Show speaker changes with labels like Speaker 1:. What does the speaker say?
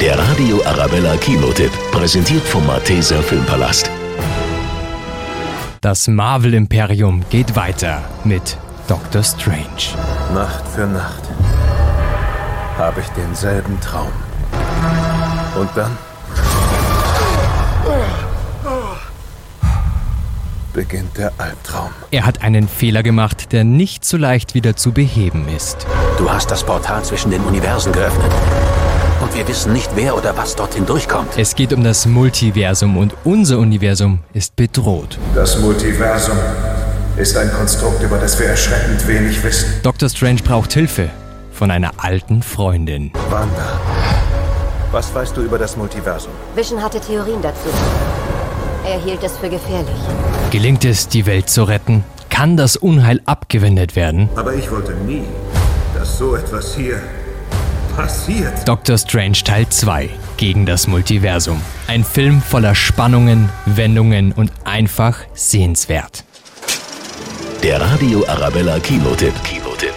Speaker 1: Der Radio Arabella Kinotipp, präsentiert vom Malteser Filmpalast.
Speaker 2: Das Marvel-Imperium geht weiter mit Doctor Strange.
Speaker 3: Nacht für Nacht habe ich denselben Traum. Und dann beginnt der Albtraum.
Speaker 2: Er hat einen Fehler gemacht, der nicht so leicht wieder zu beheben ist.
Speaker 4: Du hast das Portal zwischen den Universen geöffnet. Und wir wissen nicht, wer oder was dort hindurchkommt.
Speaker 2: Es geht um das Multiversum und unser Universum ist bedroht.
Speaker 5: Das Multiversum ist ein Konstrukt, über das wir erschreckend wenig wissen.
Speaker 2: Doctor Strange braucht Hilfe von einer alten Freundin.
Speaker 3: Wanda, was weißt du über das Multiversum?
Speaker 6: Vision hatte Theorien dazu. Er hielt es für gefährlich.
Speaker 2: Gelingt es, die Welt zu retten? Kann das Unheil abgewendet werden?
Speaker 5: Aber ich wollte nie, dass so etwas hier passiert.
Speaker 2: Doctor Strange Teil 2 gegen das Multiversum. Ein Film voller Spannungen, Wendungen und einfach sehenswert.
Speaker 1: Der Radio Arabella Kinotipp, Kinotipp.